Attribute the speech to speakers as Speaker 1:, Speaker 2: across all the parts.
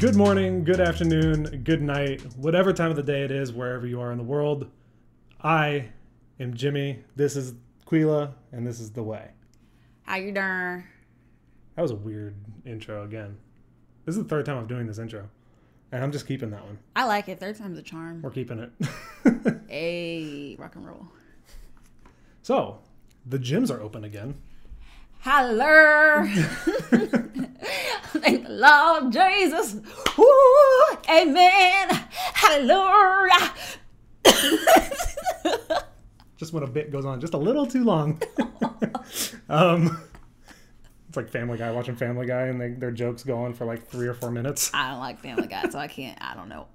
Speaker 1: Good morning, good afternoon, good night, whatever time of the day it is, wherever you are in the world. I am Jimmy. This is Quila, and this is the way.
Speaker 2: How you doing?
Speaker 1: That was a weird intro again. This is the third time I'm doing this intro, and I'm just keeping that one.
Speaker 2: I like it. Third time's a charm.
Speaker 1: We're keeping it.
Speaker 2: Hey, rock and roll.
Speaker 1: so, the gyms are open again.
Speaker 2: Holler! Thank the Lord Jesus. Woo! Amen. Hallelujah.
Speaker 1: Just when a bit goes on just a little too long. um, it's like Family Guy watching Family Guy, and they, their jokes go on for like three or four minutes.
Speaker 2: I don't like Family Guy, so I can't. I don't know.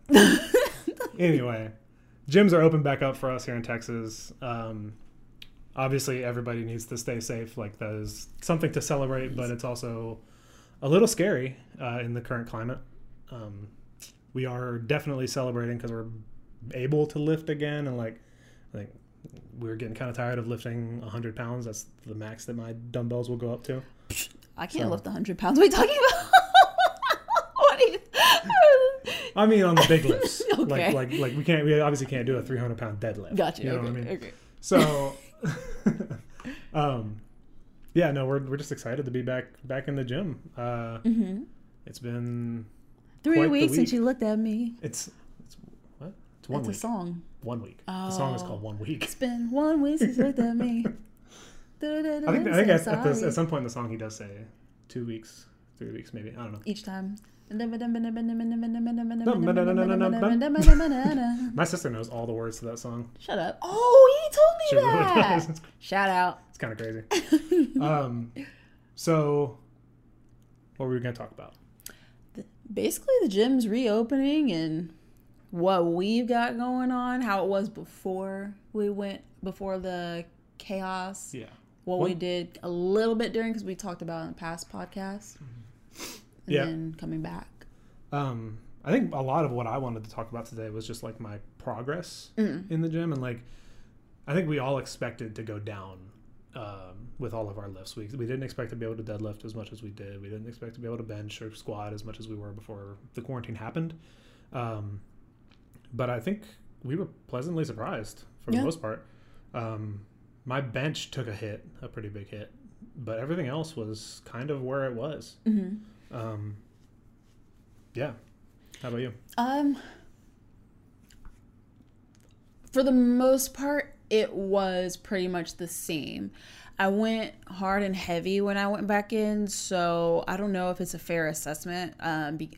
Speaker 1: anyway, gyms are open back up for us here in Texas. Um, obviously, everybody needs to stay safe. Like that is something to celebrate, but it's also a little scary uh, in the current climate. Um, we are definitely celebrating because we're able to lift again, and like I think we are getting kind of tired of lifting 100 pounds. That's the max that my dumbbells will go up to.
Speaker 2: I can't
Speaker 1: So-
Speaker 2: lift 100 pounds. What are you talking about? what are you.
Speaker 1: I mean, on the big lifts, like
Speaker 2: Okay.
Speaker 1: like like we can't we obviously can't do a 300 pound deadlift.
Speaker 2: Gotcha.
Speaker 1: You know
Speaker 2: okay.
Speaker 1: what I mean?
Speaker 2: okay.
Speaker 1: So, um, yeah, no, we're we're just excited to be back back in the gym. Uh,
Speaker 2: hmm
Speaker 1: it's been
Speaker 2: Three
Speaker 1: Quite the
Speaker 2: weeks
Speaker 1: week.
Speaker 2: since you looked at me.
Speaker 1: it's it's what it's one
Speaker 2: That's
Speaker 1: week
Speaker 2: a song.
Speaker 1: one week. The song is
Speaker 2: Oh.
Speaker 1: called One Week.
Speaker 2: It's been one week since you looked at me.
Speaker 1: I think I think at, at, this,
Speaker 2: Sorry.
Speaker 1: at some point in the song he does say two weeks, three weeks maybe. I don't know.
Speaker 2: each time.
Speaker 1: My sister knows all the words to that song.
Speaker 2: Shut up. Oh, he
Speaker 1: She
Speaker 2: told me
Speaker 1: really
Speaker 2: that.
Speaker 1: does. It's,
Speaker 2: Shout out.
Speaker 1: it's kind of crazy. um, so what were we gonna talk about?
Speaker 2: Basically, the gym's reopening and what we've got going on, how it was before we went, before the chaos,
Speaker 1: Yeah.
Speaker 2: what we
Speaker 1: One-
Speaker 2: did a little bit during, because we talked about it in past podcasts, and
Speaker 1: Mm-hmm. Yeah.
Speaker 2: then coming back.
Speaker 1: um, I think a lot of what I wanted to talk about today was just like my progress in the gym, and like I think we all expected to go down um, with all of our lifts. We we didn't expect to be able to deadlift as much as we did. We didn't expect to be able to bench or squat as much as we were before the quarantine happened. Um, but I think we were pleasantly surprised for the
Speaker 2: Yeah.
Speaker 1: most part. Um, my bench took a hit, a pretty big hit, but everything else was kind of where it was.
Speaker 2: Mhm.
Speaker 1: Um, yeah. How about you?
Speaker 2: Um, for the most part, it was pretty much the same. I went hard and heavy when I went back in, so I don't know if it's a fair assessment. Um, be-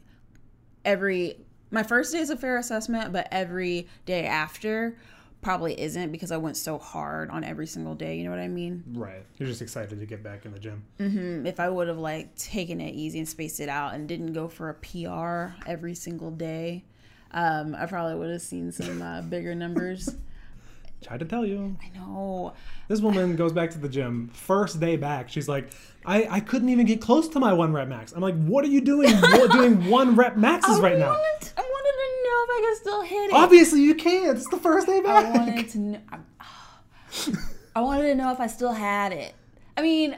Speaker 2: every my first day is a fair assessment, but every day after probably isn't because I went so hard on every single day. You know what I mean?
Speaker 1: Right. You're just excited to get back in the gym.
Speaker 2: Mm, if I would have like taken it easy and spaced it out and didn't go for a PR every single day, um, I probably would have seen some uh, bigger numbers.
Speaker 1: Tried to tell you.
Speaker 2: I know.
Speaker 1: This woman goes back to the gym. First day back, she's like, I, I couldn't even get close to my one rep max. I'm like, what are you doing? What, doing one rep maxes right now?
Speaker 2: Wanted, I wanted to know if I could still hit it.
Speaker 1: Obviously, you can't. It's the first day
Speaker 2: I
Speaker 1: back.
Speaker 2: wanted to know. I wanted to know if I still had it. I mean,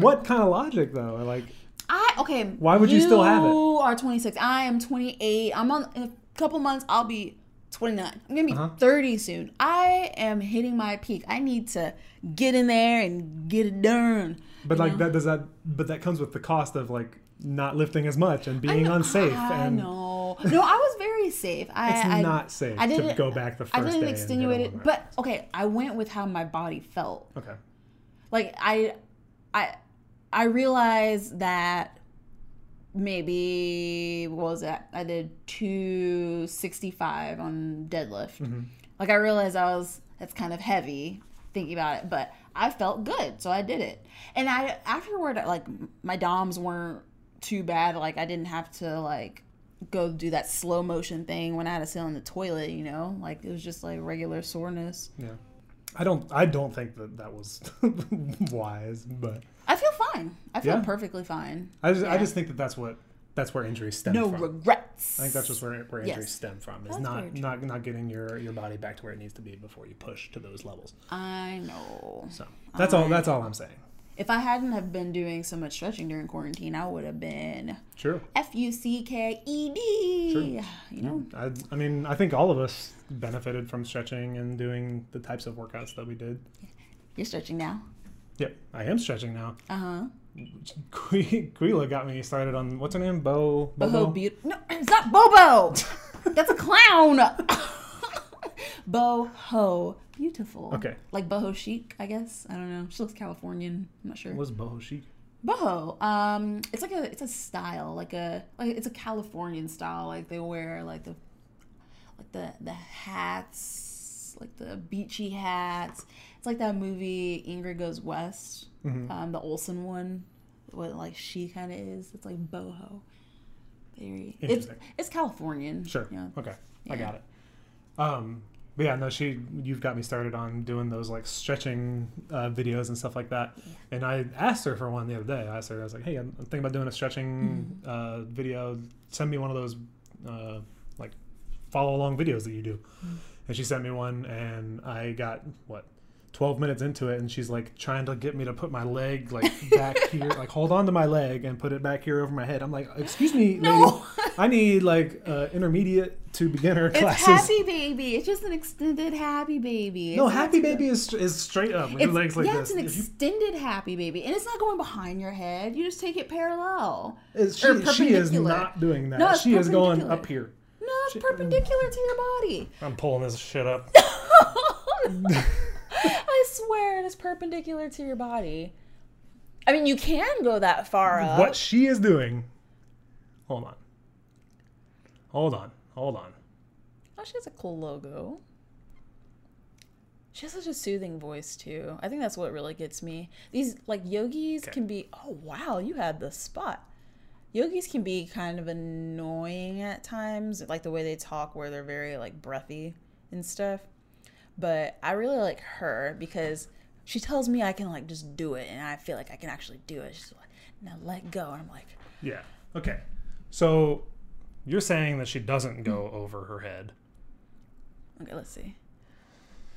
Speaker 1: What kind of logic, though? Like,
Speaker 2: I okay.
Speaker 1: Why would you still have it?
Speaker 2: You are 26. I am 28. I'm on in a couple months. I'll be 29. I'm gonna be
Speaker 1: Uh-huh.
Speaker 2: 30 soon. I am hitting my peak. I need to get in there and get it done.
Speaker 1: but like that does that. But that comes with the cost of like not lifting as much and being unsafe.
Speaker 2: I
Speaker 1: and
Speaker 2: know. No, I was very safe. I,
Speaker 1: It's
Speaker 2: I,
Speaker 1: not safe
Speaker 2: I
Speaker 1: to
Speaker 2: didn't
Speaker 1: go back the
Speaker 2: I
Speaker 1: first
Speaker 2: didn't
Speaker 1: day and hit
Speaker 2: extenuate
Speaker 1: a
Speaker 2: it,
Speaker 1: one
Speaker 2: but okay. I went with how my body felt.
Speaker 1: okay,
Speaker 2: like i i i realized that maybe what was that i did 265 on deadlift like i realized i was that's kind of heavy thinking about it but i felt good so i did it and i afterward like my doms weren't too bad like i didn't have to like go do that slow motion thing when i had to sit on the toilet you know like it was just like regular soreness
Speaker 1: yeah. I don't. I don't think that that was wise, but
Speaker 2: i feel fine i feel
Speaker 1: Yeah.
Speaker 2: perfectly fine
Speaker 1: I just, I
Speaker 2: Yeah.
Speaker 1: just think that that's what that's where injuries stem
Speaker 2: no
Speaker 1: from.
Speaker 2: regrets.
Speaker 1: I think that's just where, where
Speaker 2: Yes.
Speaker 1: injuries stem from. Is
Speaker 2: That's very
Speaker 1: not
Speaker 2: true.
Speaker 1: not not getting your your body back to where it needs to be before you push to those levels.
Speaker 2: I know.
Speaker 1: So that's all that's all I'm saying.
Speaker 2: If I hadn't have been doing so much stretching during quarantine, I would have been
Speaker 1: Sure.
Speaker 2: F U C K E D. You know,
Speaker 1: I, I mean, I think all of us benefited from stretching and doing the types of workouts that we did.
Speaker 2: you're stretching now.
Speaker 1: Yep, I am stretching now.
Speaker 2: Uh huh.
Speaker 1: Quila got me started on what's her name, Bo
Speaker 2: Boho
Speaker 1: Bobo.
Speaker 2: Beaut. No, it's not Bobo. That's a clown. Boho beautiful.
Speaker 1: Okay.
Speaker 2: Like boho chic, I guess. I don't know. She looks Californian. I'm not sure.
Speaker 1: What's Boho chic?
Speaker 2: Boho. Um, it's like a it's a style, like a like it's a Californian style. Like they wear like the like the the hats, like the beachy hats. It's like that movie Ingrid Goes West,
Speaker 1: Mm-hmm.
Speaker 2: um, the Olsen one. What like she kind of is. It's like boho. Very. It's
Speaker 1: Interesting.
Speaker 2: it's Californian.
Speaker 1: Sure.
Speaker 2: Yeah.
Speaker 1: Okay, I
Speaker 2: Yeah.
Speaker 1: got it. Um, but yeah, no, she. You've got me started on doing those like stretching uh, videos and stuff like that. And I asked her for one the other day. I asked her, I was like, "Hey, I'm I'm thinking about doing a stretching
Speaker 2: Mm-hmm.
Speaker 1: uh, video. Send me one of those uh, like follow along videos that you do."
Speaker 2: Hmm.
Speaker 1: And she sent me one, and I got what. 12 minutes into it and she's like trying to get me to put my leg like back here like hold on to my leg and put it back here over my head i'm like excuse me lady
Speaker 2: No.
Speaker 1: I need like uh, intermediate to beginner
Speaker 2: It's
Speaker 1: classes.
Speaker 2: happy baby. It's just an extended happy baby.
Speaker 1: no,
Speaker 2: It's not
Speaker 1: happy
Speaker 2: too-
Speaker 1: baby is is straight up with your
Speaker 2: It's,
Speaker 1: legs like
Speaker 2: yeah,
Speaker 1: this.
Speaker 2: it's an
Speaker 1: If you-
Speaker 2: extended happy baby, and it's not going behind your head. You just take it parallel.
Speaker 1: it's-
Speaker 2: or
Speaker 1: she, she is
Speaker 2: perpendicular.
Speaker 1: not doing that.
Speaker 2: No, it's
Speaker 1: she is going
Speaker 2: perpendicular.
Speaker 1: up here.
Speaker 2: No, it's perpendicular to your body.
Speaker 1: I'm pulling this shit up.
Speaker 2: I swear, it is perpendicular to your body. I mean, you can go that far up.
Speaker 1: what she is doing. Hold on. Hold on. Hold on.
Speaker 2: Oh, she has a cool logo. She has such a soothing voice too. I think that's what really gets me. These like yogis can be oh wow, you had the spot. Yogis can be kind of annoying at times, like the way they talk where they're very like breathy and stuff. But I really like her because she tells me I can like just do it and I feel like I can actually do it. She's like, now let go. And I'm like,
Speaker 1: Yeah. Okay. So you're saying that she doesn't go over her head.
Speaker 2: okay, let's see.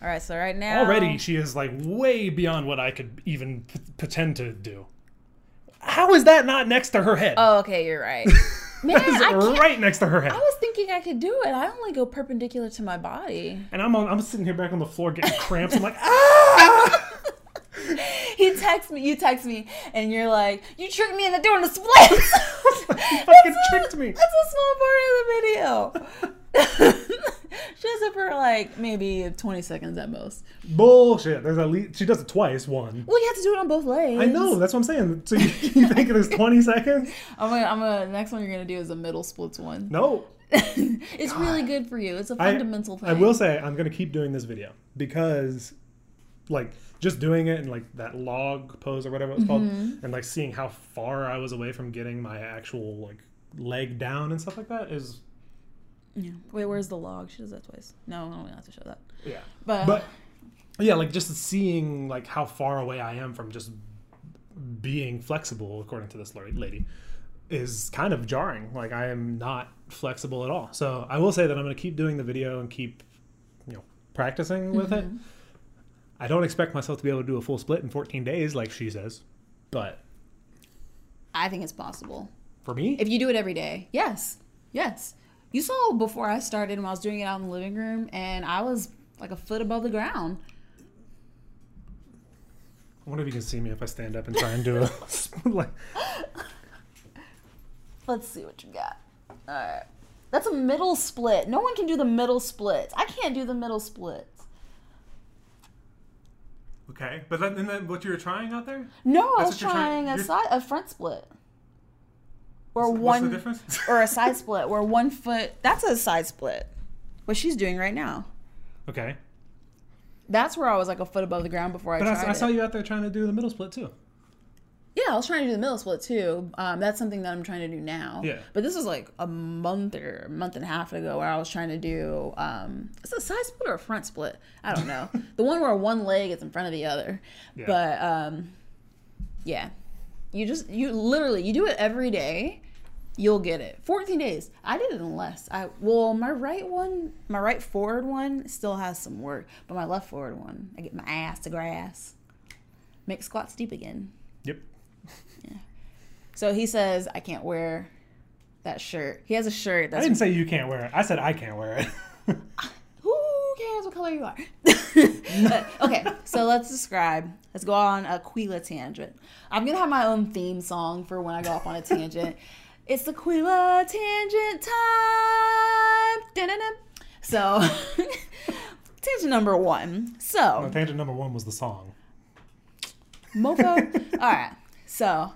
Speaker 2: All right, so right now
Speaker 1: Already, she is like way beyond what I could even p- pretend to do. How is that not next to her head?
Speaker 2: Oh, okay, you're right. Man,
Speaker 1: That is
Speaker 2: I, can't-
Speaker 1: right next to her head.
Speaker 2: I was thinking I could do it. I only go perpendicular to my body.
Speaker 1: And I'm on, I'm sitting here back on the floor getting cramps. I'm like, ah!
Speaker 2: He texts me, you text me, and you're like, "You tricked me into doing the splits."
Speaker 1: fucking
Speaker 2: That's
Speaker 1: tricked me.
Speaker 2: That's a small part of the video. Just for like maybe 20 seconds at most.
Speaker 1: Bullshit. There's at least she does it twice. One.
Speaker 2: Well, you have to do it on both legs.
Speaker 1: I know. That's what I'm saying. So you, you think there's 20 seconds?
Speaker 2: I'm gonna, I'm gonna. Next one you're gonna do is a middle splits one.
Speaker 1: No.
Speaker 2: it's really good for you. It's a fundamental thing.
Speaker 1: I will say I'm gonna keep doing this video because, like, just doing it and like that log pose or whatever it was called, and like seeing how far I was away from getting my actual like leg down and stuff like that is
Speaker 2: Yeah. Wait, where's the log? She does that twice. No, no, we don't have to show that.
Speaker 1: yeah.
Speaker 2: But,
Speaker 1: but yeah like just seeing like how far away i am from just being flexible according to this la- lady is kind of jarring like i am not flexible at all so i will say that i'm going to keep doing the video and keep you know practicing with
Speaker 2: Mm-hmm.
Speaker 1: it i don't expect myself to be able to do a full split in 14 days like she says but
Speaker 2: I think it's possible.
Speaker 1: for me
Speaker 2: If you do it every day, yes, yes. You saw before I started when I was doing it out in the living room, and I was like a foot above the ground.
Speaker 1: i wonder if you can see me if i stand up and try and do a split like
Speaker 2: Let's see what you got. All right, that's a middle split. No one can do the middle splits. I can't do the middle splits.
Speaker 1: okay but then, then what you were trying out there
Speaker 2: No, I
Speaker 1: That's
Speaker 2: was
Speaker 1: what you're trying-
Speaker 2: trying a
Speaker 1: you're-
Speaker 2: side, a front split, or one
Speaker 1: difference
Speaker 2: or a side split, where one foot. That's a side split. What she's doing right now.
Speaker 1: okay
Speaker 2: That's where I was like a foot above the ground before I
Speaker 1: but
Speaker 2: tried
Speaker 1: I, I
Speaker 2: it.
Speaker 1: saw you out there trying to do the middle split too
Speaker 2: Yeah, I was trying to do the middle split too. Um, that's something that I'm trying to do now.
Speaker 1: Yeah.
Speaker 2: But this was like a month or a month and a half ago where I was trying to do um, is it a side split or a front split? I don't know. the one where one leg is in front of the other.
Speaker 1: Yeah.
Speaker 2: But um, yeah, you just you literally you do it every day, you'll get it. 14 days. I did it in less. I well my right one, my right forward one still has some work, but my left forward one, I get my ass to grass, make squats deep again.
Speaker 1: Yep.
Speaker 2: So he says, I can't wear that shirt. He has a shirt
Speaker 1: I
Speaker 2: that's
Speaker 1: didn't say you can't wear it. I said I can't wear it.
Speaker 2: who cares what color you are? But, okay, so let's describe. Let's go on a Quila tangent. I'm gonna have my own theme song for when I go off on a tangent. it's the Quila tangent time. Dun-dun-dun. So, tangent number one. So,
Speaker 1: Tangent number one was the song.
Speaker 2: Moco. All right. So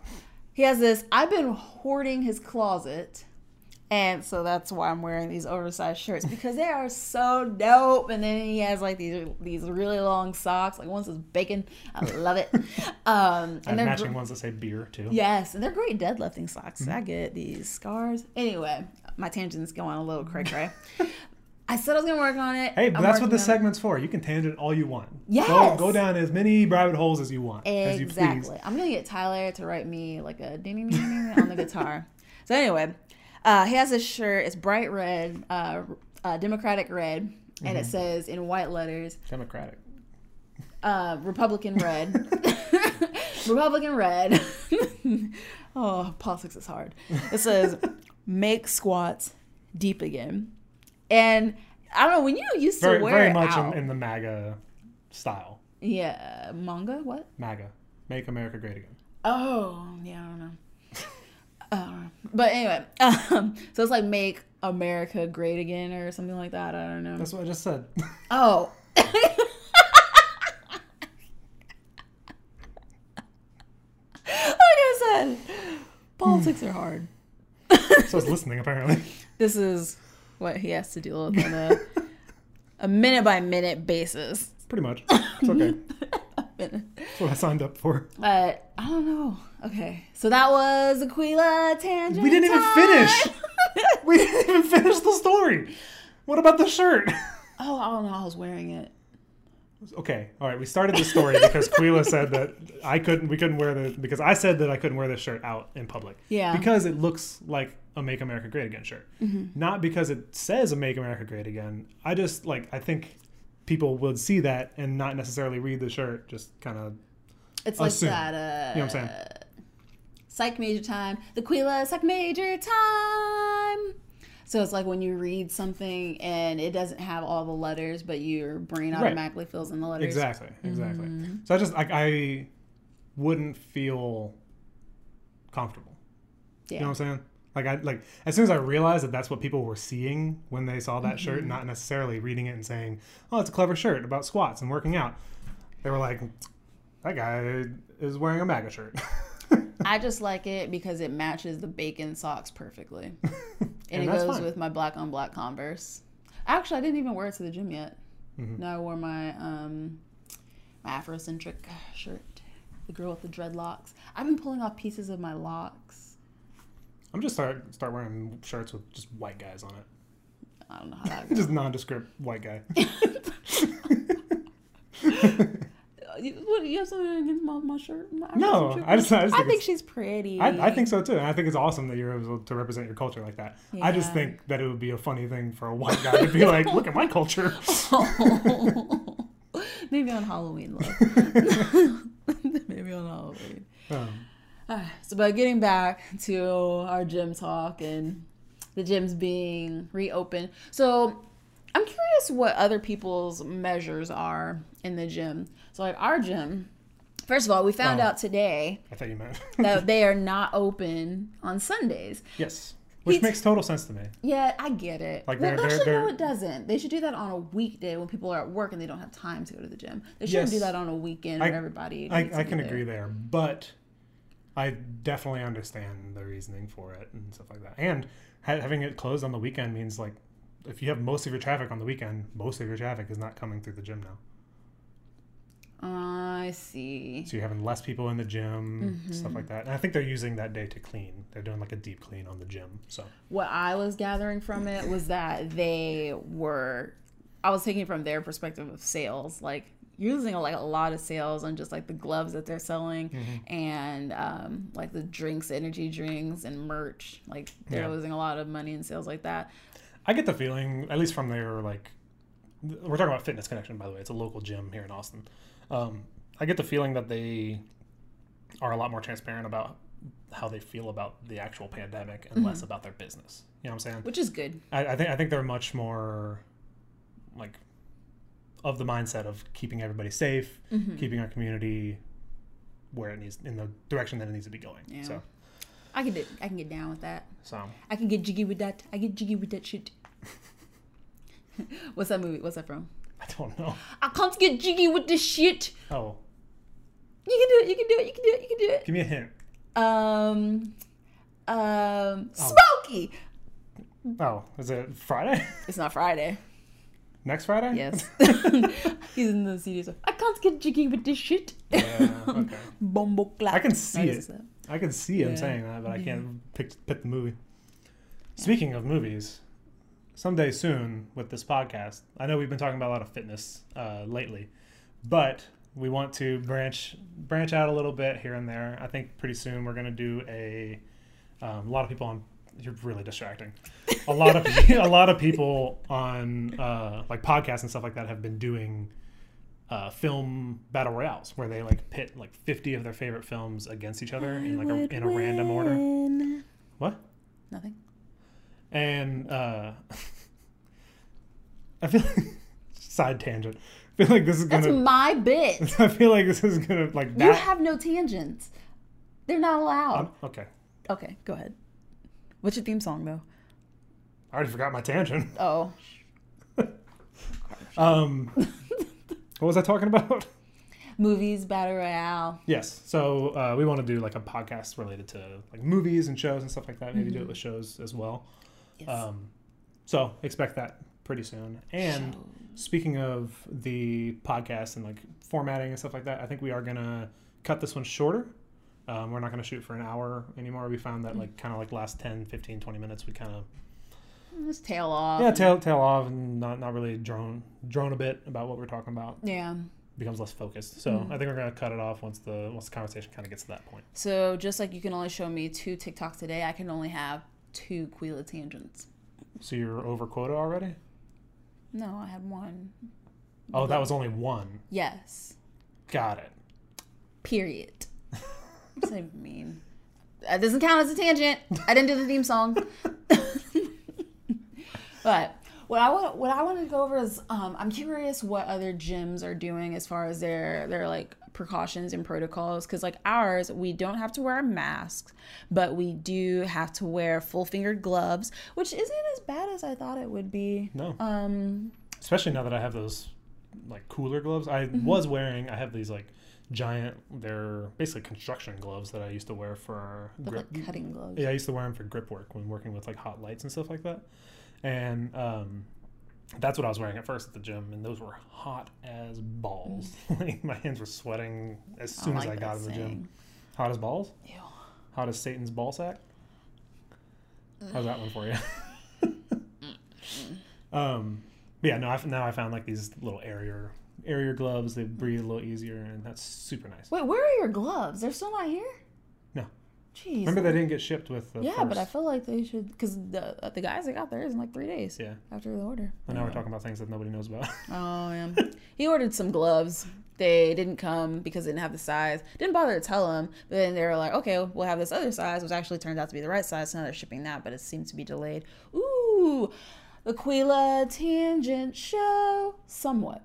Speaker 2: he has this. I've been hoarding his closet. And so that's why I'm wearing these oversized shirts because they are so dope. And then he has like these these really long socks. Like one's is bacon. I love it. Um,
Speaker 1: I have
Speaker 2: and they're
Speaker 1: matching
Speaker 2: gr-
Speaker 1: ones that say beer too.
Speaker 2: yes, and they're great deadlifting socks.
Speaker 1: Mm-hmm.
Speaker 2: I get these scars. Anyway, my tangent's going a little cray cray. I said I was gonna work on it.
Speaker 1: Hey, but
Speaker 2: I'm
Speaker 1: that's what
Speaker 2: working
Speaker 1: this
Speaker 2: on it.
Speaker 1: segment's for. You can tangent all you want. Go,
Speaker 2: Yes!
Speaker 1: go down as many rabbit holes as you want. As you please.
Speaker 2: Exactly. I'm gonna get Tyler to write me like a ding ding ding ding ding on the guitar. So anyway, uh, he has this shirt. It's bright red, uh, uh, Democratic red, and
Speaker 1: Mm-hmm.
Speaker 2: it says in white letters,
Speaker 1: Democratic.
Speaker 2: uh, Republican red, Republican red. oh, politics is hard. It says, "Make squats deep again," and I don't know when you used to
Speaker 1: Very,
Speaker 2: wear
Speaker 1: very
Speaker 2: it
Speaker 1: much
Speaker 2: out.
Speaker 1: in, in the MAGA style.
Speaker 2: yeah, manga. What?
Speaker 1: MAGA. Make America Great Again.
Speaker 2: Oh, yeah, I don't know. I don't know. But anyway, um, so it's like make America great again or something like that. I don't know.
Speaker 1: That's what I just said.
Speaker 2: Oh. like I said, politics are hard.
Speaker 1: so I was listening apparently.
Speaker 2: This is what he has to deal with on a, a minute by minute basis.
Speaker 1: Pretty much. It's okay. That's what I signed up for.
Speaker 2: But I don't know. Okay, so that was Aquila Tangent.
Speaker 1: We didn't even
Speaker 2: time.
Speaker 1: We didn't even finish the story. What about the shirt?
Speaker 2: Oh, I don't know. I was wearing it.
Speaker 1: Okay, all right. We started the story because Quila said that I couldn't. We couldn't wear the because I said that I couldn't wear this shirt out in public.
Speaker 2: Yeah.
Speaker 1: Because it looks like a "Make America Great Again" shirt,
Speaker 2: Mm-hmm.
Speaker 1: not because it says a "Make America Great Again." I just like I think people would see that and not necessarily read the shirt. Just kind of
Speaker 2: It's like
Speaker 1: Assume.
Speaker 2: that. Uh,
Speaker 1: you know what I'm saying.
Speaker 2: Psych major time. The Quila psych major time. So it's like when you read something and it doesn't have all the letters, but your brain
Speaker 1: Right.
Speaker 2: automatically fills in the letters.
Speaker 1: Exactly, exactly.
Speaker 2: Mm-hmm.
Speaker 1: So I just like I wouldn't feel comfortable.
Speaker 2: Yeah.
Speaker 1: You know what I'm saying? Like I like as soon as I realized that that's what people were seeing when they saw that
Speaker 2: Mm-hmm.
Speaker 1: shirt, not necessarily reading it and saying, "Oh, it's a clever shirt about squats and working out." They were like, "That guy is wearing a MAGA shirt."
Speaker 2: I just like it because it matches the bacon socks perfectly, and, it
Speaker 1: that's
Speaker 2: goes
Speaker 1: fine.
Speaker 2: with my black on black Converse. Actually, I didn't even wear it to the gym yet.
Speaker 1: Mm-hmm.
Speaker 2: No, I wore my um, my Afrocentric shirt. The girl with the dreadlocks. I've been pulling off pieces of my locks.
Speaker 1: I'm just start start wearing shirts with just white guys on it,
Speaker 2: I don't know how that.
Speaker 1: just nondescript white guy.
Speaker 2: you, what, you have something against my, my shirt? My
Speaker 1: No,
Speaker 2: Afrocentric
Speaker 1: I just- I
Speaker 2: shirt?
Speaker 1: just
Speaker 2: I
Speaker 1: think
Speaker 2: think, she's pretty.
Speaker 1: I, I think so too, and I think it's awesome that you're able to represent your culture like that. I just
Speaker 2: Yeah.
Speaker 1: think that it would be a funny thing for a white guy to be like, "Look at my culture."
Speaker 2: Maybe on Halloween, love. Maybe on Halloween.
Speaker 1: Um,
Speaker 2: Alright, So, but getting back to our gym talk and the gyms being reopened. So, I'm curious what other people's measures are in the gym. So, like our gym, first of all, we found
Speaker 1: Oh.
Speaker 2: out today
Speaker 1: I thought you meant
Speaker 2: that they are not open on Sundays.
Speaker 1: yes, which
Speaker 2: He's-
Speaker 1: makes total sense to me.
Speaker 2: Yeah, I get it.
Speaker 1: Like, they're-
Speaker 2: well,
Speaker 1: they're-
Speaker 2: actually, no,
Speaker 1: they're-
Speaker 2: it doesn't. They should do that on a weekday when people are at work and they don't have time to go to the gym. They shouldn't do
Speaker 1: Yes.
Speaker 2: that on a weekend
Speaker 1: I-
Speaker 2: when everybody.
Speaker 1: I,
Speaker 2: needs to
Speaker 1: I
Speaker 2: be
Speaker 1: can
Speaker 2: there.
Speaker 1: agree there, but I definitely understand the reasoning for it and stuff like that. And ha- having it closed on the weekend means like if you have most of your traffic on the weekend, most of your traffic is not coming through the gym now.
Speaker 2: I see.
Speaker 1: So you're having less people in the gym, stuff
Speaker 2: Mm-hmm.
Speaker 1: like that. And I think they're using that day to clean. They're doing like a deep clean on the gym. So
Speaker 2: What I was gathering from it was that they were. I was taking it from their perspective of sales, like you're losing like a lot of sales on just like the gloves that they're selling
Speaker 1: Mm-hmm.
Speaker 2: and um, like the drinks, energy drinks, and merch. Like they're
Speaker 1: Yeah.
Speaker 2: losing a lot of money in sales like that.
Speaker 1: I get the feeling, at least from their like, th- we're talking about Fitness Connection, by the way. It's a local gym here in Austin. Um, I get the feeling that they are a lot more transparent about how they feel about the actual pandemic and less about their business. You know what I'm saying?
Speaker 2: which is good.
Speaker 1: I, I think I think they're much more like of the mindset of keeping everybody safe, keeping our community where it needs in the direction that it needs to be going.
Speaker 2: Yeah.
Speaker 1: So
Speaker 2: I can do, I can get down with that.
Speaker 1: so
Speaker 2: I can get jiggy with that. I get jiggy with that shit. What's that movie? What's that from?
Speaker 1: I don't know.
Speaker 2: I can't get jiggy with this shit.
Speaker 1: Oh,
Speaker 2: You can do it. You can do it. You can do it. You can do it.
Speaker 1: give me a hint.
Speaker 2: Um, um, Smokey.
Speaker 1: Oh, is it Friday?
Speaker 2: It's not Friday.
Speaker 1: Next Friday?
Speaker 2: Yes. He's in the studio. So, I can't get jiggy with this shit.
Speaker 1: Yeah, okay.
Speaker 2: Bumble clap.
Speaker 1: I can see it.
Speaker 2: Notice that.
Speaker 1: I can see him
Speaker 2: Yeah.
Speaker 1: saying that, but I can't pick pick the movie. Speaking of movies, someday soon with this podcast, I know we've been talking about a lot of fitness uh, lately, but we want to branch branch out a little bit here and there. I think pretty soon we're gonna do a um, a lot of people on. You're really distracting. A lot of a lot of people on uh, like podcasts and stuff like that have been doing uh, film battle royales where they like pit like 50 of their favorite films against each other in like a, in a random order.
Speaker 2: order.
Speaker 1: What?
Speaker 2: Nothing.
Speaker 1: And uh, I feel side tangent. I feel like this is
Speaker 2: That's
Speaker 1: gonna.
Speaker 2: my bit.
Speaker 1: I feel like this is gonna like
Speaker 2: You
Speaker 1: that.
Speaker 2: have no tangents. They're not allowed.
Speaker 1: I'm- okay,
Speaker 2: okay, go ahead. What's your theme song though?
Speaker 1: I already forgot my tangent.
Speaker 2: Oh,
Speaker 1: Um, what was I talking about?
Speaker 2: movies, battle royale.
Speaker 1: Yes. So uh, we want to do like a podcast related to like movies and shows and stuff like that. Maybe do it with shows as well.
Speaker 2: Mm-hmm. Yes.
Speaker 1: Um, so expect that pretty soon. And speaking of the podcast and like formatting and stuff like that, I think we are gonna cut this one shorter. Um, we're not gonna shoot for an hour anymore. We found that like kind of like last 10, 15, 20 minutes, we kind of
Speaker 2: Let's tail off.
Speaker 1: yeah tail tail off and not not really drone drone a bit about what we're talking about.
Speaker 2: Yeah.
Speaker 1: becomes less focused. So I think we're gonna cut it off once the once the conversation kind of gets to that point.
Speaker 2: So just like you can only show me two TikToks today, I can only have two Quila tangents.
Speaker 1: So you're over quota already?
Speaker 2: No, I had one.
Speaker 1: Oh, that was only one.
Speaker 2: Yes.
Speaker 1: Got it.
Speaker 2: Period. What does that even mean? That doesn't count as a tangent. I didn't do the theme song. but what I want what I want to go over is um, I'm curious what other gyms are doing as far as their their like precautions and protocols because like ours we don't have to wear masks but we do have to wear full fingered gloves which isn't as bad as I thought it would be.
Speaker 1: No,
Speaker 2: Um,
Speaker 1: especially now that I have those like cooler gloves. I
Speaker 2: Mm-hmm.
Speaker 1: was wearing. I have these like giant. They're basically construction gloves that I used to wear for grip.
Speaker 2: like cutting gloves.
Speaker 1: Yeah, I used to wear them for grip work when working with like hot lights and stuff like that. And um, that's what I was wearing at first at the gym, and those were hot as balls. like my hands were sweating as
Speaker 2: don't
Speaker 1: soon as
Speaker 2: Mm. like
Speaker 1: I got in
Speaker 2: that
Speaker 1: the gym.
Speaker 2: saying.
Speaker 1: Hot as balls.
Speaker 2: Ew.
Speaker 1: How does Satan's ball sack? How's that one for you? um, but yeah, no, I've, now I found like these little airier, airier gloves. They breathe a little easier, and that's super nice.
Speaker 2: Wait, where are your gloves? They're still not here.
Speaker 1: No.
Speaker 2: Jeez.
Speaker 1: Remember they didn't get shipped with the
Speaker 2: Yeah, but I
Speaker 1: first-
Speaker 2: feel like they should because the uh, the guys that got theirs in like three days
Speaker 1: yeah.
Speaker 2: after the order.
Speaker 1: And now we're talking about things that nobody knows about.
Speaker 2: Oh yeah, he ordered some gloves. They didn't come because they didn't have the size. Didn't bother to tell him. But then they were like, okay, we'll have this other size, which actually turned out to be the right size. So now they're shipping that, but it seems to be delayed. Ooh, Aquila Tangent Show, somewhat.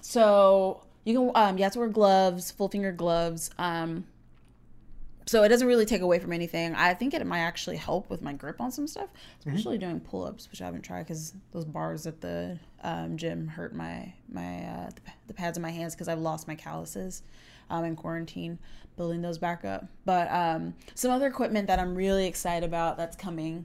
Speaker 2: So you can um, you have to wear gloves, full finger gloves. Um, so it doesn't really take away from anything. I think it might actually help with my grip on some stuff, especially doing pull ups, which I haven't tried because those bars at the um, gym hurt my my uh, the, pa- the pads in my hands because I've lost my calluses um, in quarantine, building those back up. But um, some other equipment that I'm really excited about that's coming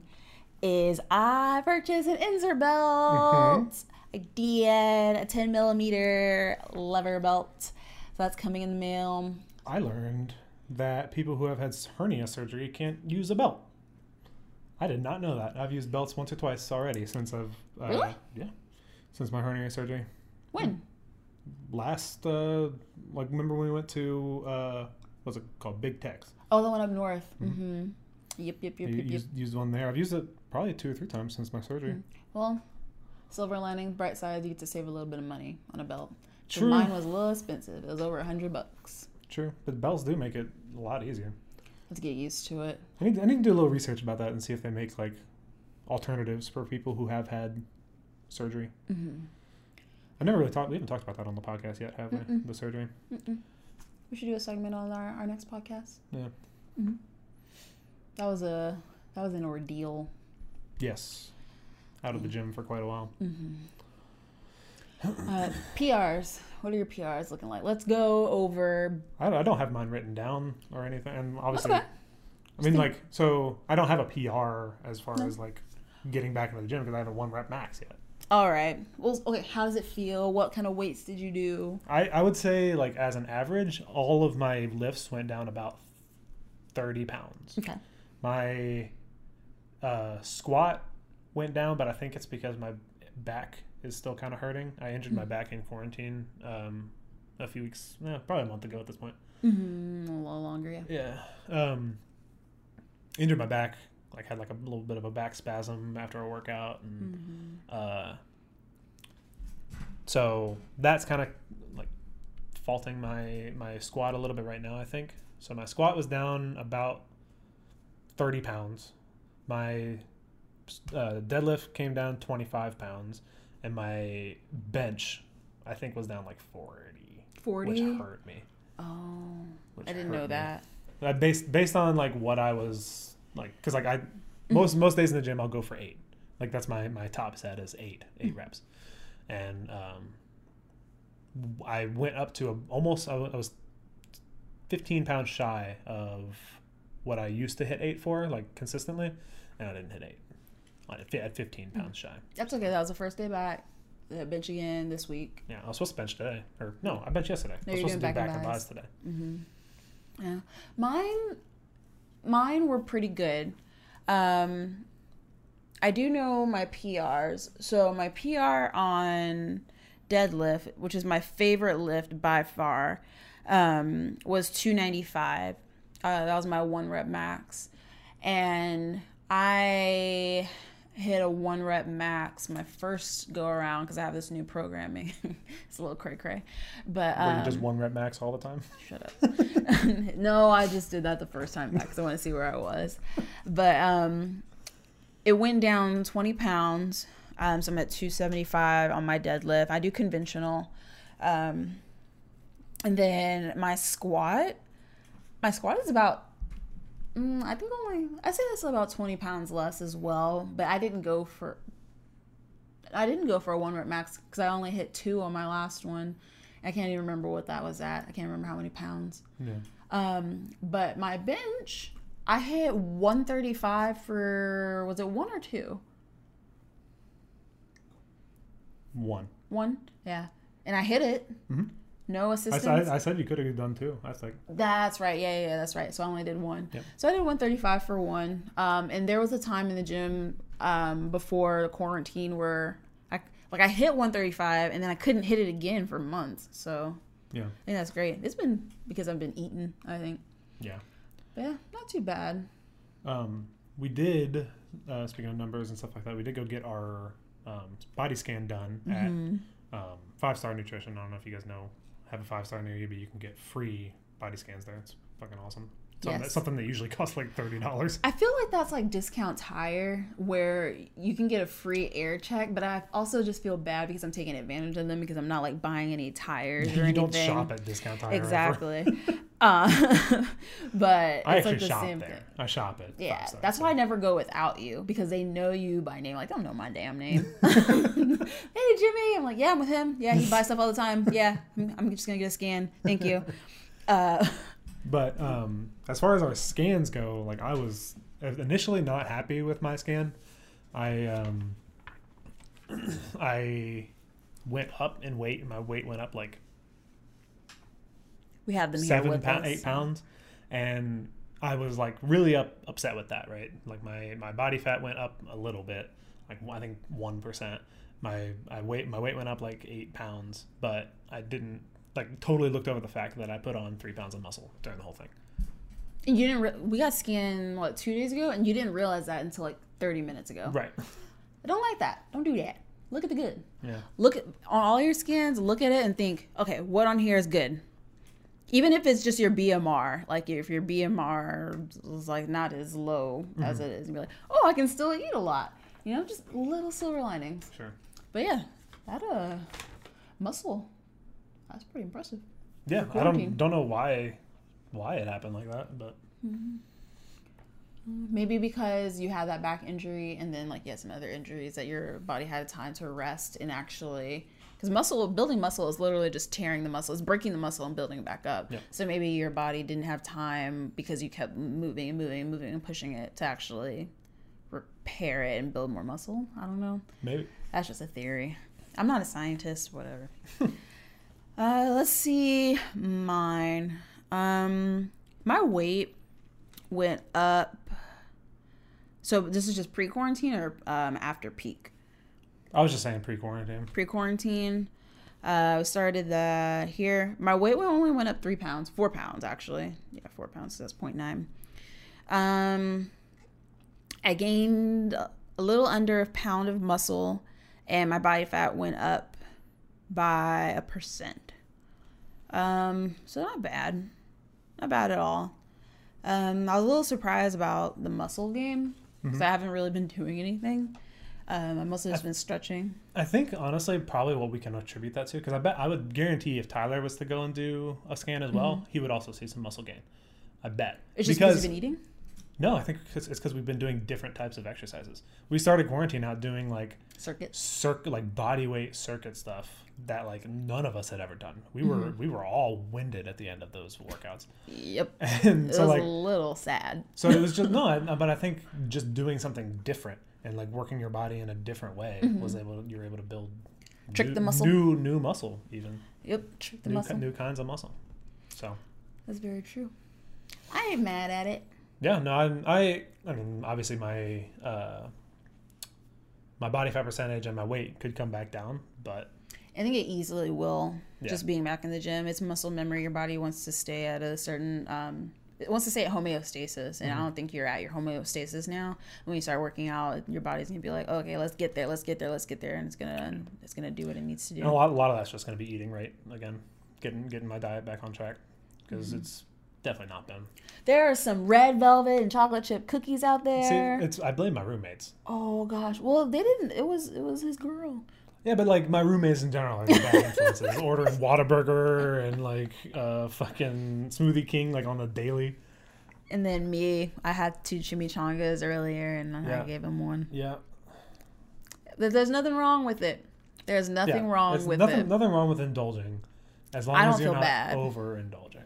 Speaker 2: is I purchased an insert belt. I did a 10 millimeter lever belt. So that's coming in the mail.
Speaker 1: I learned that people who have had hernia surgery can't use a belt. I did not know that. I've used belts once or twice already since I've uh,
Speaker 2: Really?
Speaker 1: yeah since my hernia surgery.
Speaker 2: When?
Speaker 1: last uh like remember when we went to uh what's it called big tex
Speaker 2: Oh, the one up north.
Speaker 1: Hmm.
Speaker 2: Mm-hmm. Yep, yep, yep,
Speaker 1: You-
Speaker 2: yep, Mm-hmm. yep.
Speaker 1: used, used one there i've used it probably two or three times since my surgery
Speaker 2: Well, silver lining, bright side, you get to save a little bit of money on a belt. 'Cause
Speaker 1: True.
Speaker 2: Mine was a little expensive. It was over a hundred bucks.
Speaker 1: True, but bells do make it a lot easier.
Speaker 2: Let's get used to it.
Speaker 1: I need I need to do a little research about that and see if they make like alternatives for people who have had surgery.
Speaker 2: Mm-hmm.
Speaker 1: I've never really talked. We haven't talked about that on the podcast yet, have we?
Speaker 2: Mm-mm.
Speaker 1: The surgery.
Speaker 2: We should do a segment on our, our next podcast.
Speaker 1: Yeah.
Speaker 2: hmm That was a that was an ordeal.
Speaker 1: Yes. Out
Speaker 2: Mm.
Speaker 1: of the gym for quite a while.
Speaker 2: hmm Uh, PRs. What are your PRs looking like? Let's go over.
Speaker 1: I, I don't have mine written down or anything, and obviously,
Speaker 2: Okay.
Speaker 1: I mean, like, so I don't have a PR as far as like getting back into the gym because I have a one rep max yet.
Speaker 2: All right. Well, okay. How does it feel? What kind of weights did you do?
Speaker 1: I, I would say like as an average, all of my lifts went down about thirty pounds.
Speaker 2: Okay.
Speaker 1: My uh, squat went down, but I think it's because my back is still kind of hurting. I injured my back in quarantine um, a few weeks, eh, probably a month ago at this point.
Speaker 2: Mm-hmm. A little longer, yeah.
Speaker 1: Yeah. Um, injured my back. Like had like a little bit of a back spasm after a workout, and
Speaker 2: Mm-hmm.
Speaker 1: uh, so that's kind of like faulting my my squat a little bit right now. I think so. My squat was down about thirty pounds. My uh, deadlift came down twenty five pounds, and my bench I think was down like forty, which
Speaker 2: Forty.
Speaker 1: hurt me.
Speaker 2: Oh,
Speaker 1: Which
Speaker 2: I didn't
Speaker 1: hurt
Speaker 2: know
Speaker 1: me.
Speaker 2: that.
Speaker 1: Uh, based based on like what I was like, because like I
Speaker 2: Mm-hmm.
Speaker 1: most most days in the gym I'll go for eight. Like that's my my top set is eight
Speaker 2: Mm-hmm.
Speaker 1: eight reps, and um, I went up to a, almost I wa- I was fifteen pounds shy of what I used to hit eight for like consistently, and I didn't hit eight. I did- at fifteen
Speaker 2: Mm-hmm.
Speaker 1: pounds shy.
Speaker 2: That's okay. That was the first day back. Uh, Bench again this week.
Speaker 1: Yeah, I was supposed to bench today, or no, I benched yesterday.
Speaker 2: No,
Speaker 1: I was
Speaker 2: you're
Speaker 1: supposed to do
Speaker 2: doing back and
Speaker 1: back and
Speaker 2: buys.
Speaker 1: buys today.
Speaker 2: Yeah. Mine mine were pretty good. Um I do know my PRs. So my PR on deadlift, which is my favorite lift by far, um, was 295. Uh, that was my one rep max. And I hit a one rep max my first go around because I have this new programming. it's a little cray cray. But
Speaker 1: Were you
Speaker 2: um,
Speaker 1: just one rep max all the time?
Speaker 2: Shut up. no, I just did that the first time back because I want to see where I was. But um, it went down 20 pounds. Um, so I'm at 275 on my deadlift. I do conventional. Um, and then my squat, my squat is about, mm, I think only, I say that's about 20 pounds less as well. But I didn't go for, I didn't go for a one rep max because I only hit two on my last one. I can't even remember what that was at. I can't remember how many pounds.
Speaker 1: Yeah.
Speaker 2: Um, but my bench, I hit 135 for was it one or two?
Speaker 1: One.
Speaker 2: One, yeah. And I hit it.
Speaker 1: Mhm.
Speaker 2: No
Speaker 1: I,
Speaker 2: assistance.
Speaker 1: I, I said you could have done two. I was like,
Speaker 2: That's right. Yeah, yeah, yeah, that's right. So I only did one.
Speaker 1: Yep.
Speaker 2: So I did 135 for one. Um, and there was a time in the gym um, before quarantine where I like I hit 135 and then I couldn't hit it again for months. So
Speaker 1: yeah,
Speaker 2: I think that's great. It's been because I've been eating. I think.
Speaker 1: yeah.
Speaker 2: But yeah, not too bad.
Speaker 1: Um, we did, uh, speaking of numbers and stuff like that, we did go get our um, body scan done
Speaker 2: Mm-hmm.
Speaker 1: at um, Five Star Nutrition. I don't know if you guys know, have a five star near you, but you can get free body scans there. It's fucking awesome. Something,
Speaker 2: Yes.
Speaker 1: something that usually costs like $30.
Speaker 2: I feel like that's like discounts higher where you can get a free air check, but I also just feel bad because I'm taking advantage of them because I'm not like buying any tires or
Speaker 1: you
Speaker 2: anything.
Speaker 1: don't shop at discount tire. ever.
Speaker 2: exactly. uh, but
Speaker 1: I
Speaker 2: it's
Speaker 1: actually
Speaker 2: like the
Speaker 1: shop
Speaker 2: same
Speaker 1: there.
Speaker 2: thing.
Speaker 1: I shop at
Speaker 2: Yeah,
Speaker 1: Five Star.
Speaker 2: that's
Speaker 1: so-
Speaker 2: why I never go without you because they know you by name. Like, they don't know my damn name. hey, Jimmy. I'm like, yeah, I'm with him. Yeah, he buys stuff all the time. Yeah, I'm, I'm just gonna get a scan. Thank you. Uh,
Speaker 1: But um, as far as our scans go, like I was initially not happy with my scan. I um, I went up in weight, and my weight went up like
Speaker 2: we have them here
Speaker 1: seven
Speaker 2: with
Speaker 1: pounds,
Speaker 2: us.
Speaker 1: eight pounds, and I was like really up, upset with that. Right, like my my body fat went up a little bit, like I think one percent. My I weight my weight went up like eight pounds, but I didn't like totally looked over the fact that I put on three pounds of muscle during the whole thing.
Speaker 2: And you didn't. Re- we got scanned what two days ago, and you didn't realize that until like thirty minutes ago.
Speaker 1: Right.
Speaker 2: I don't like that. Don't do that. Look at the good.
Speaker 1: Yeah.
Speaker 2: Look at, on all your scans. Look at it and think, okay, what on here is good? even if it's just your BMR, like if your BMR is like not as low
Speaker 1: Mm-hmm.
Speaker 2: as it is, and you're like, oh, I can still eat a lot. You know, just little silver linings.
Speaker 1: Sure.
Speaker 2: But yeah, that uh, muscle, that's pretty impressive.
Speaker 1: Yeah, I
Speaker 2: Quarantine.
Speaker 1: don't don't know why why it happened like that, but
Speaker 2: Maybe because you had that back injury and then like you had some other injuries that your body had time to rest and actually because muscle building muscle is literally just tearing the muscle, it's breaking the muscle and building it back up.
Speaker 1: Yeah.
Speaker 2: So maybe your body didn't have time because you kept moving and moving and moving and pushing it to actually repair it and build more muscle. I don't know.
Speaker 1: maybe
Speaker 2: That's just a theory. I'm not a scientist, whatever. uh, let's see mine. Um, my weight went up. So this is just pre quarantine or um, after peak?
Speaker 1: I was just saying pre-quarantine.
Speaker 2: Pre quarantine. Uh, we started that here. My weight went- only went up three pounds, four pounds actually. Yeah, four pounds. So that's 0.9. Um, I gained a little under a pound of muscle, and my body fat went up by a percent. Um, so not bad, not bad at all. Um, I was a little surprised about the muscle gain because I haven't really been doing anything. Um, I mostly just been stretching.
Speaker 1: I think honestly, probably what we can attribute that to, because I bet I would guarantee if Tyler was to go and do a scan as well, he would also see some muscle gain. I bet.
Speaker 2: Mm-hmm. It's just because you've been eating.
Speaker 1: no, I think 'cause- it's because we've been doing different types of exercises. We started quarantine out doing like
Speaker 2: circuits.
Speaker 1: circ like body weight circuit stuff that like none of us had ever done. We
Speaker 2: Mm-hmm.
Speaker 1: were we were all winded at the end of those workouts,
Speaker 2: Yep. It
Speaker 1: and so
Speaker 2: was
Speaker 1: like
Speaker 2: a little sad.
Speaker 1: so it was just no, I- but I think just doing something different and like working your body in a different way was able you were able to build
Speaker 2: Mm-hmm. Trick
Speaker 1: new,
Speaker 2: the muscle.
Speaker 1: new new muscle even
Speaker 2: Yep, trick the
Speaker 1: new,
Speaker 2: muscle.
Speaker 1: ki- new kinds of muscle. So
Speaker 2: That's very true. I ain't mad at it.
Speaker 1: yeah, no, I'm, I I mean obviously my uh, my body fat percentage and my weight could come back down, but
Speaker 2: I think it easily will.
Speaker 1: Yeah.
Speaker 2: Just being back in the gym, it's muscle memory. Your body wants to stay at a certain, um, it wants to stay at homeostasis,
Speaker 1: Mm-hmm.
Speaker 2: and I don't think you're at your homeostasis now. When you start working out, your body's gonna be like, okay, let's get there, let's get there, let's get there, and it's gonna, it's gonna do what it needs to do.
Speaker 1: and a lot a lot of that's just going to be eating right again, getting getting my diet back on track because
Speaker 2: Mm-hmm.
Speaker 1: it's definitely not been.
Speaker 2: There are some red velvet and chocolate chip cookies out
Speaker 1: See,
Speaker 2: there.
Speaker 1: it's I blame my roommates.
Speaker 2: oh gosh, well they didn't. It was, it was his girl.
Speaker 1: Yeah, but like my roommates in general are the bad influences. Ordering Whataburger and like uh, fucking Smoothie King like on the daily.
Speaker 2: And then me, I had two chimichangas earlier, and I
Speaker 1: Yeah.
Speaker 2: gave him one.
Speaker 1: Yeah,
Speaker 2: There- There's nothing wrong with it. There's
Speaker 1: yeah.
Speaker 2: nothing wrong
Speaker 1: It's
Speaker 2: with
Speaker 1: nothing,
Speaker 2: it.
Speaker 1: Nothing wrong with indulging, as long
Speaker 2: I
Speaker 1: as
Speaker 2: don't
Speaker 1: you're
Speaker 2: feel
Speaker 1: not
Speaker 2: bad.
Speaker 1: overindulging.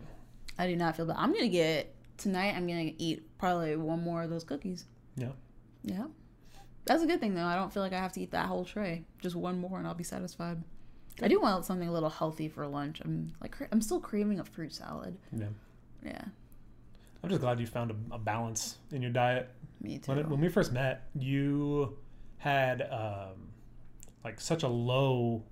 Speaker 2: I do not feel bad. I'm gonna get tonight. I'm gonna eat probably one more of those cookies.
Speaker 1: Yeah,
Speaker 2: Yeah, that's a good thing though. I don't feel like I have to eat that whole tray. Just one more, and I'll be satisfied. I do want something a little healthy for lunch. I'm like, cra- I'm still craving a fruit salad.
Speaker 1: yeah.
Speaker 2: Yeah,
Speaker 1: I'm just glad you found a, a balance in your diet.
Speaker 2: me too.
Speaker 1: When it, when we first met, you had um, like such a low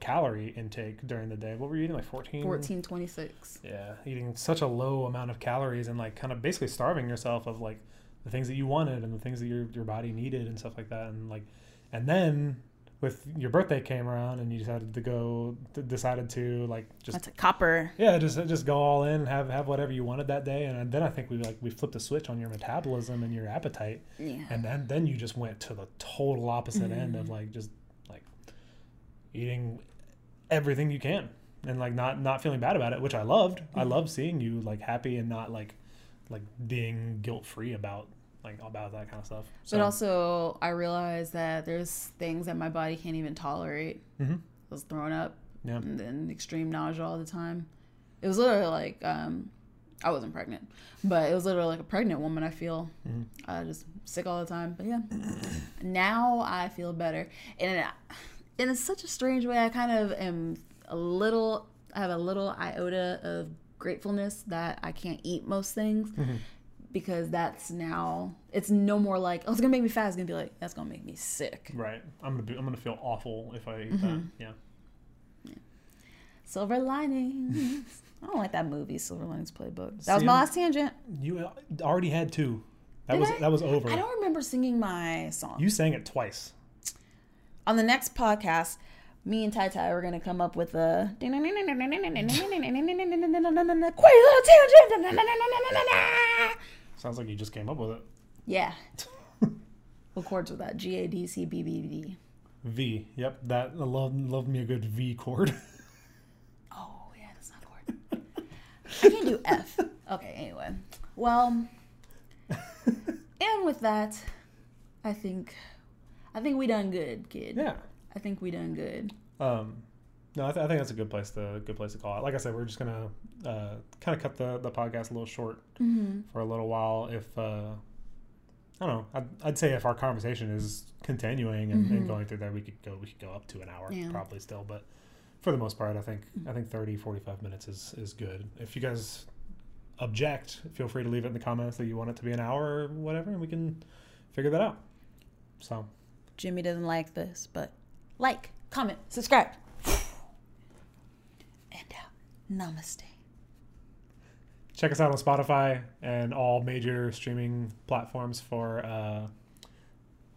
Speaker 1: calorie intake during the day. What were you eating? Like 14?
Speaker 2: 1426.
Speaker 1: Yeah, eating such a low amount of calories and like kind of basically starving yourself of like the things that you wanted and the things that your your body needed and stuff like that and like and then with your birthday came around and you decided to go d- decided to like just
Speaker 2: That's a copper.
Speaker 1: yeah just just go all in and have have whatever you wanted that day and then I think we like we flipped a switch on your metabolism and your appetite
Speaker 2: Yeah.
Speaker 1: and then then you just went to the total opposite end
Speaker 2: Mm.
Speaker 1: of like just like eating everything you can and like not not feeling bad about it which i loved i loved seeing you like happy and not like like being guilt free about like about that kind of stuff so
Speaker 2: But also, I realized that there's things that my body can't even tolerate.
Speaker 1: Mhm.
Speaker 2: I was throwing up
Speaker 1: yeah
Speaker 2: and then extreme nausea all the time. It was literally like um, I wasn't pregnant, but it was literally like a pregnant woman. I feel uh, just sick all the time. But yeah, now I feel better, and it, and it's such a strange way. I kind of am a little. I have a little iota of gratefulness that I can't eat most things. Because that's now, it's no more like, oh, it's gonna make me fat. It's gonna be like, that's gonna make me sick.
Speaker 1: right i'm gonna be i'm gonna feel awful if i eat that
Speaker 2: Mm-hmm.
Speaker 1: yeah
Speaker 2: Silver Linings. I don't like that movie, Silver Linings Playbook. That was
Speaker 1: See,
Speaker 2: my
Speaker 1: I'm-
Speaker 2: last tangent.
Speaker 1: you uh, already had two that
Speaker 2: Did
Speaker 1: was
Speaker 2: I?
Speaker 1: that was over
Speaker 2: I don't remember singing my song.
Speaker 1: you sang it twice
Speaker 2: On the next podcast, me and Tai Tai were gonna come up with a quick little tangent.
Speaker 1: Sounds like you just came up with it.
Speaker 2: Yeah. What chords were that? G A D C B B D.
Speaker 1: V. Yep, that I love love me a good V chord.
Speaker 2: Oh yeah, that's not a chord. I can't do F. Okay, anyway. Well, and with that, I think, I think we done good, kid.
Speaker 1: yeah.
Speaker 2: I think we done good.
Speaker 1: Um, no, I, th- I think that's a good place to good place to call it. Like I said, we're just gonna uh, kind of cut the, the podcast a little short for a little while. If uh, I don't know, I'd, I'd say if our conversation is continuing and, and going through there, we could go we could go up to an hour
Speaker 2: Yeah.
Speaker 1: probably still. But for the most part, I think I think 30, 45 minutes is is good. If you guys object, feel free to leave it in the comments that you want it to be an hour or whatever, and we can figure that out. So
Speaker 2: Jimmy doesn't like this, but like, comment, subscribe, and out. uh, Namaste.
Speaker 1: check us out on Spotify and all major streaming platforms for uh,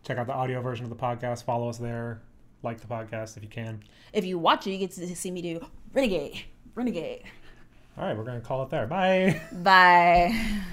Speaker 1: check out the audio version of the podcast. Follow us there. Like the podcast if you can.
Speaker 2: If you watch it, you get to see me do renegade, renegade.
Speaker 1: All right, we're going to call it there. Bye.
Speaker 2: Bye.